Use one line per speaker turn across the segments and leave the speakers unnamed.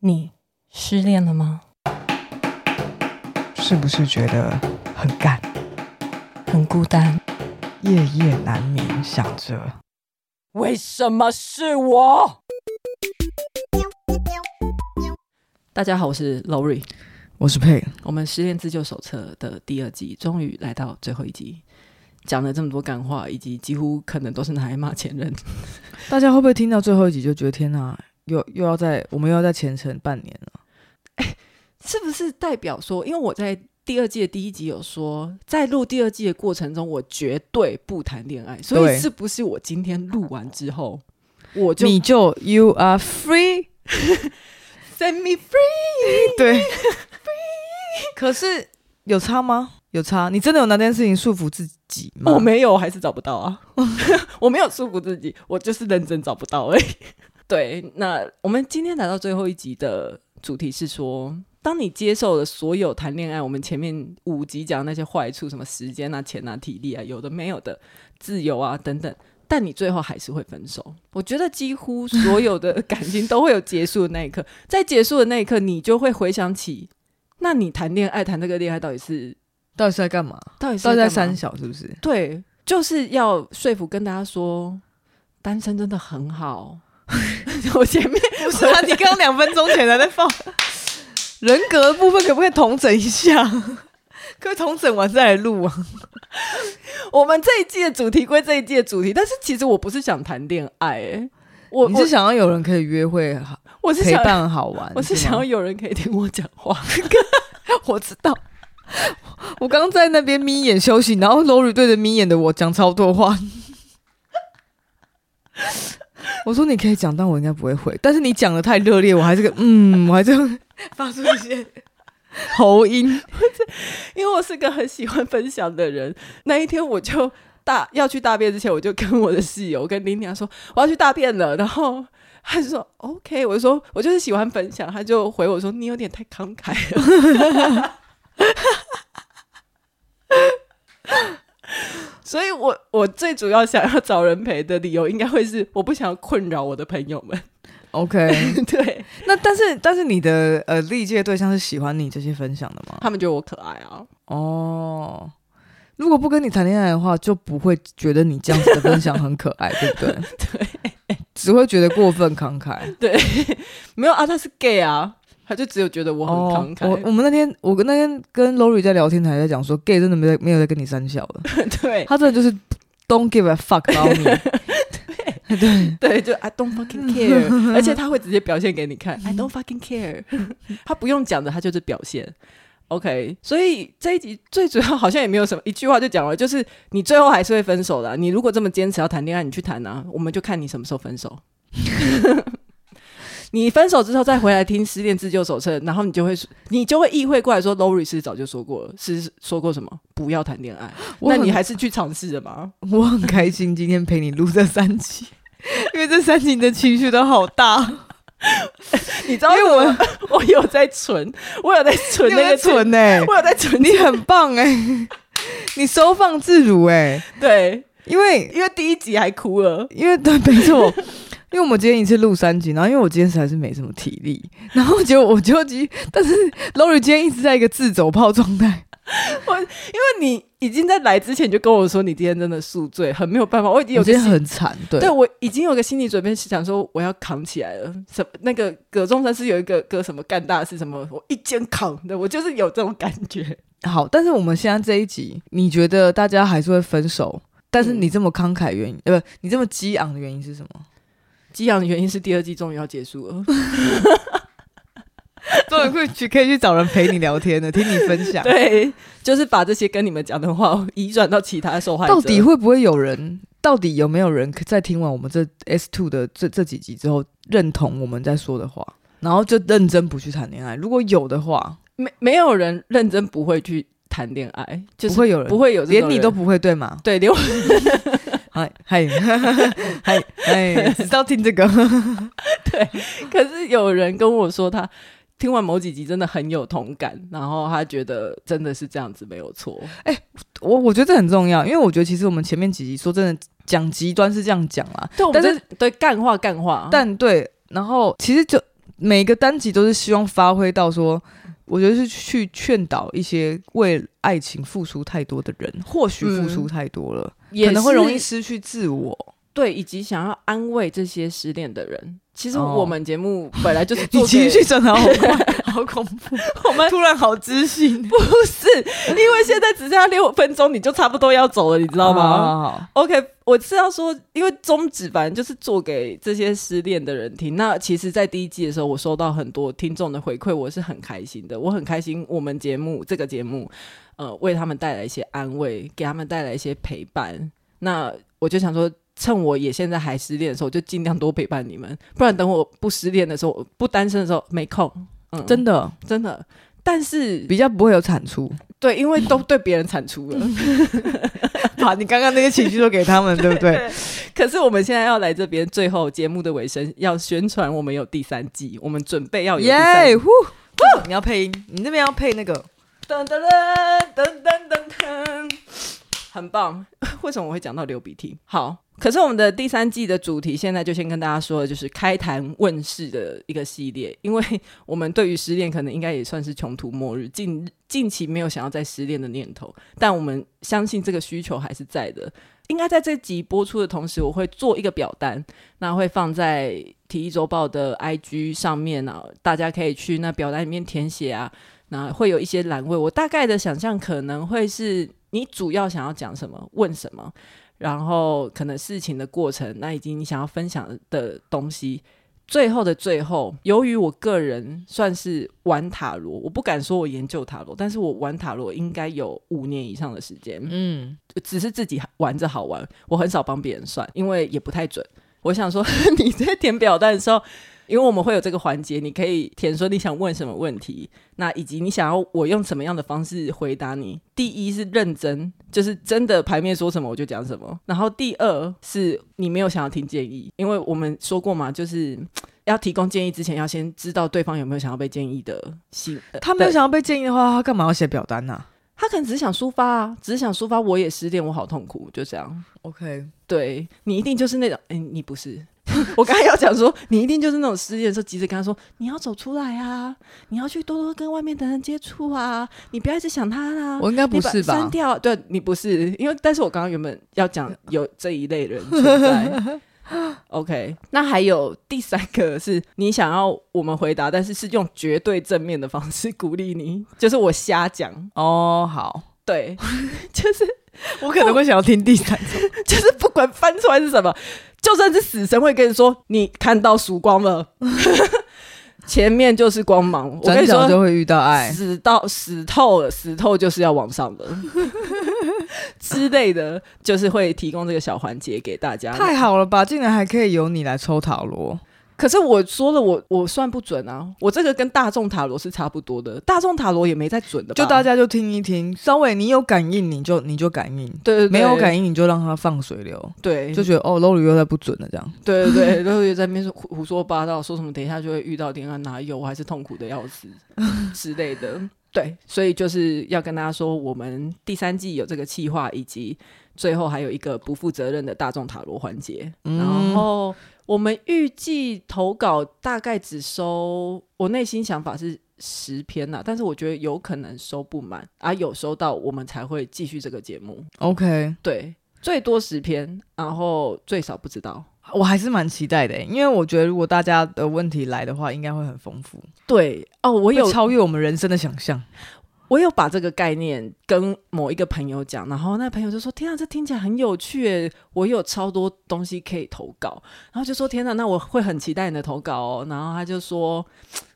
你失恋了吗？
是不是觉得很干，
很孤单，
夜夜难眠，想着
为什么是我？大家好，我是 Lori，
我是配，
我们《失恋自救手册》的第二季终于来到最后一集，讲了这么多干话，以及几乎可能都是拿来骂前任。
大家会不会听到最后一集就觉得天哪，又又要在我们又要在前程半年了？
是不是代表说，因为我在第二季的第一集有说，在录第二季的过程中，我绝对不谈恋爱，所以
对
是不是我今天录完之后，我就
你就 you are free，
send me free？
对， 可是有差吗？有差？你真的有拿这件事情束缚自己吗？
我哦没有，我还是找不到啊！ 我没有束缚自己，我就是认真找不到而已。 对，那我们今天来到最后一集的主题是说，当你接受了所有谈恋爱，我们前面五集讲的那些坏处，什么时间啊、钱啊、体力啊，有的没有的，自由啊等等，但你最后还是会分手。我觉得几乎所有的感情都会有结束的那一刻，在结束的那一刻，你就会回想起，那你谈恋爱谈这个恋爱到底是
到底是在干嘛？
到底是
到底在
干嘛
三小是不是？
对，就是要说服跟大家说，单身真的很好。 我前面
不是啊，你刚刚两分钟前还在放 人格的部分，可不可以统整一下？ 可以统整完再来录啊？
我们这一季的主题归这一季的主题，但是其实我不是想谈恋爱、欸，我
你是
我
想要有人可以约会、好
我是
陪
想
伴、好玩？
我是
吗
想要，有人可以听我讲话。
我知道。我刚在那边眯眼休息，然后 Lori 对着眯眼的我讲超多话。 我说你可以讲，但我应该不会回。但是你讲的太热烈，我还是 个嗯，我还是会发出一些喉 音。
因为我是个很喜欢分享的人。那一天我就大要去大便之前，我就跟我的室友我跟林娘说我要去大便了，然后他就说 OK，我就说我就是喜欢分享，他就回我说你有点太慷慨了。 所以我，我最主要想要找人陪的理由，应该会是我不想困扰我的朋友们。
OK，
对
那但是但是你的呃历届对象是喜欢你这些分享的吗？
他们觉得我可爱啊，
哦，如果不跟你谈恋爱的话，就不会觉得你这样子的分享很可爱，对不对？
对
只会觉得过分慷慨。
对，没有啊，他是 gay 啊，他就只有觉得我很慷慨。
哦我我们那天我跟那天跟 Lori 在聊天台在讲说，gay 真的没在没有在跟你三小 的，
对
他真的就是 don't give a fuck about me。
对，就 I don't fucking care，而且他会直接表现给你看，I don't fucking care，他不用讲的，他就是表现。OK，所以这一集最主要好像也没有什么，一句话就讲了，就是你最后还是会分手的啊、你如果这么坚持要谈恋爱，你去谈啊，我们就看你什么时候分 手。你分手之后再回来听《失恋自救手册》，然后你就会你就会意会过来说，Lori 是早就说过了，是说过什么不要谈恋爱，
我
那
很
你还是去尝试的嘛。
我很开心今天陪你录这三集， 因为这三集你的情绪都好大，
你知道为我 我有在存，我有在存
你有
那个
在
钱
蠢哎、
我有在存
你很棒哎、 你收放自如哎、
对，
因为
因为第一集还哭了，
因为对，没错，因为我们今天一次录三集，然后因为我今天实在是没什么体力，然后结果我就急，但是 Lori 今天一直在一个自走炮状态，
因为你已经在来之前就跟我说你今天真的宿醉，很没有办法，我已经有
我
个
今天
心
很惨，对
对我已经有个心理准备，是想说我要扛起来了。什么那个葛中山是有一个葛什么干大事什么，我一肩扛的，我就是有这种感 觉。
好，但是我们现在这一集，你觉得大家还是会分手？但是你这么慷慨原因，呃，不，你这么激昂的原因是什么？
激昂的原因是第二季终于要结束了，
终于会去可以去找人陪你聊天的，听你分 享。
对，就是把这些跟你们讲的话移转到其他受害者。
到底会不会有人？到底有没有人可在听完我们这 S two 的这这几集之后，认同我们在说的话，然后就认真不去谈恋爱。如果有的话，
没没有人认真不会去谈恋爱，就是
不会有人
不会有这种
连你
人
都不会对吗？
对，连我
嗨嗨 嗨嗨， 只知道听这 个，
可是有人跟我说他。听完某几集真的很有同感，然后他觉得真的是这样子没有错，
我我觉得这很重要，因为我觉得其实我们前面几集说真的讲极端是这样讲啦，
对，我
但
们就是对干话干话，
但对，然后其实就每一个单集都是希望发挥到说，我觉得是去劝导一些为爱情付出太多的人，或许付出太多了，
也
可能会容易
是
失去自我。
对，以及想要安慰这些失恋的人。其实
哦
我们节目本来就是做
你
给
情绪转得好快，好恐怖，
我们
突然好知性，
不是，因为现在只剩下六分钟，你就差不多要走了，你知
知
道吗？
吗？
OK，我是要说，因为宗旨反正就是做给这些失恋的人听。那其实，在第一季的时候，我收到很多听众的回馈，我是很开心的。我很开心，我们节目这个节目，呃，为他们带来一些安慰，给他们带来一些陪伴。那我就想说，趁我也现在还失恋的时候，就尽量多陪伴你们，不然等我不失恋的时候，不单身的时候没空。嗯，
真的
真的，但是
比较不会有产 出，
对，因为都对别人产 出了。
把你刚刚那些情绪都给他们，对不对？
可是我们现在要来这边，最后节目的尾声要宣传，我们有第三季，我们准备要有第三
耶
季。
呼！你要配音，你那边要配那个，
噔噔噔噔噔噔噔，很棒。 为什么我会讲到流鼻涕？好，可是我们的第三季的主题现在就先跟大家说，就是开坛问世的一个系列，因为我们对于失恋可能应该也算是穷途末日，近近期没有想要再失恋的念头，但我们相信这个需求还是在的。应该在这集播出的同时，我会做一个表单，那会放在《体育周报》的 IG 上面啊，大家可以去那表单里面填写啊，那会有一些栏位。我大概的想象可能会是你主要想要讲什么，问什么，然后可能事情的过程，那以及你想要分享的东西。最后的最后，由于我个人算是玩塔罗，我不敢说我研究塔罗，但是我玩塔罗应该有五年以上的时间。
嗯，
只是自己玩着好玩，我很少帮别人算，因为也不太准。我想说， 你在填表单的时候，因为我们会有这个环节，你可以填说你想问什么问题，那以及你想要我用什么样的方式回答你。第一是认真，就是真的牌面说什么我就讲什么。然后第二是你没有想要听建议，因为我们说过嘛，就是嘖要提供建议之前，要先知道对方有没有想要被建议的心。呃
他没有
对
想要被建议的话，他干嘛要写表单啊呢、
他可能只是想抒发啊，只是想抒发我也失恋，我好痛苦，就这样。
OK，
对你一定就是那种，哎、你不是。 我刚才要讲说，你一定就是那种失恋的时候，急着跟他说，你要走出来啊，你要去多多跟外面的人接触啊，你不要一直想他啦、
我应该
你
不
把
是吧
删？掉，啊对你不是，因为但是我刚刚原本要讲有这一类人存 在。OK，那还有第三个是你想要我们回答，但是是用绝对正面的方式鼓励你，就是我瞎讲，
哦，好，
对，就是
我可能会想要听第三种。
就是不管翻出来是什么，就算是死神会跟你说你看到曙光了， 前面就是光芒。我跟
转
你
角就
说，
会遇到爱。
死到死透了，死透就是要往上的 之类的，就是会提供这个小环节给大家。
太好了吧！竟然还可以由你来抽塔罗，
可是我说了我，我算不准啊，我这个跟大众塔罗是差不多的，大众塔罗也没在准的吧，
就大家就听一听，稍微你有感应你就你就感应，
对对对
没有感应你就让它放水流，
对，
就觉得哦 l o 又在不准了这样。
对对对，然后又在那边说胡胡说八道，说什么等一下就会遇到恋爱，哪有？我还是痛苦的要死之类的。对，所以就是要跟大家说，我们第三季有这个计划，以及最后还有一个不负责任的大众塔罗环节。然后我们预计投稿大概只收，我内心想法是十篇啦，但是我觉得有可能收不满，啊，有收到我们才会继续这个节目。
OK，
对，最多十篇，然后最少不知道。
我还是蛮期待的，欸因为我觉得如果大家的问题来的话，应该会很丰富，
对哦，我
我
有
超越我们人生的想象。
我有把这个概念跟某一个朋友讲，然后那朋友就说：“天啊，这听起来很有趣耶，我有超多东西可以投稿。”然后就说：“天哪，那我会很期待你的投稿哦。”然后他就说：“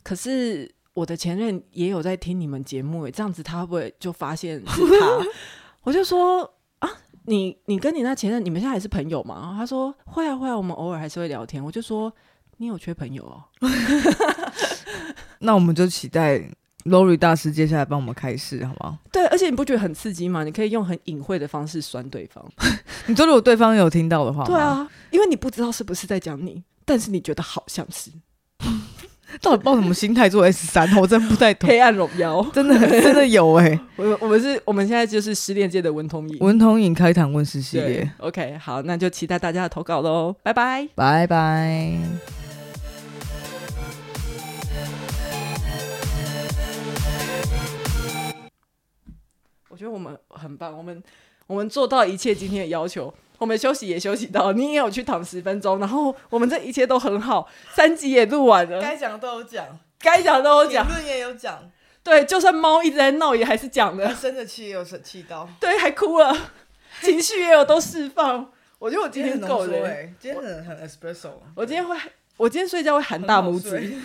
可是我的前任也有在听你们节目耶，这样子他会不会就发现是他？” 我就说：“啊，你你跟你那前任，你们现在还是朋友吗？”他说：“会啊会啊，我们偶尔还是会聊天。”我就说：“你有缺朋友哦？”
那我们就期待 Lori 大师接下来帮我们开示，好吗？
对，而且你不觉得很刺激吗？你可以用很隐晦的方式酸对方。
你说如果对方有听到的话，
对，啊，因为你不知道是不是在讲你，但是你觉得好像是
到底抱什么心态做 S 三？ 我真不 太 懂，
黑暗荣耀。
真的真的有哎、
我们我们是我们现在就是失恋界的文童影
文童影开坛问世系
对
列，
OK，好，那就期待大家的投稿喽，拜拜。
拜拜。
我觉得我们很棒，我们我们做到一切今天的要求，我们休息也休息到，你也有去躺十分钟，然后我们这一切都很好，三集也录完了，
讲的都有讲，
该讲都有讲，
论也有 讲，
对，就算猫一直在闹，也还是讲的，
生的气也有生气到，
对，还哭了，情绪也有都释放，我觉得我今天够了欸、
今天很很 espresso。
我今天会，我今天睡觉会喊大拇指，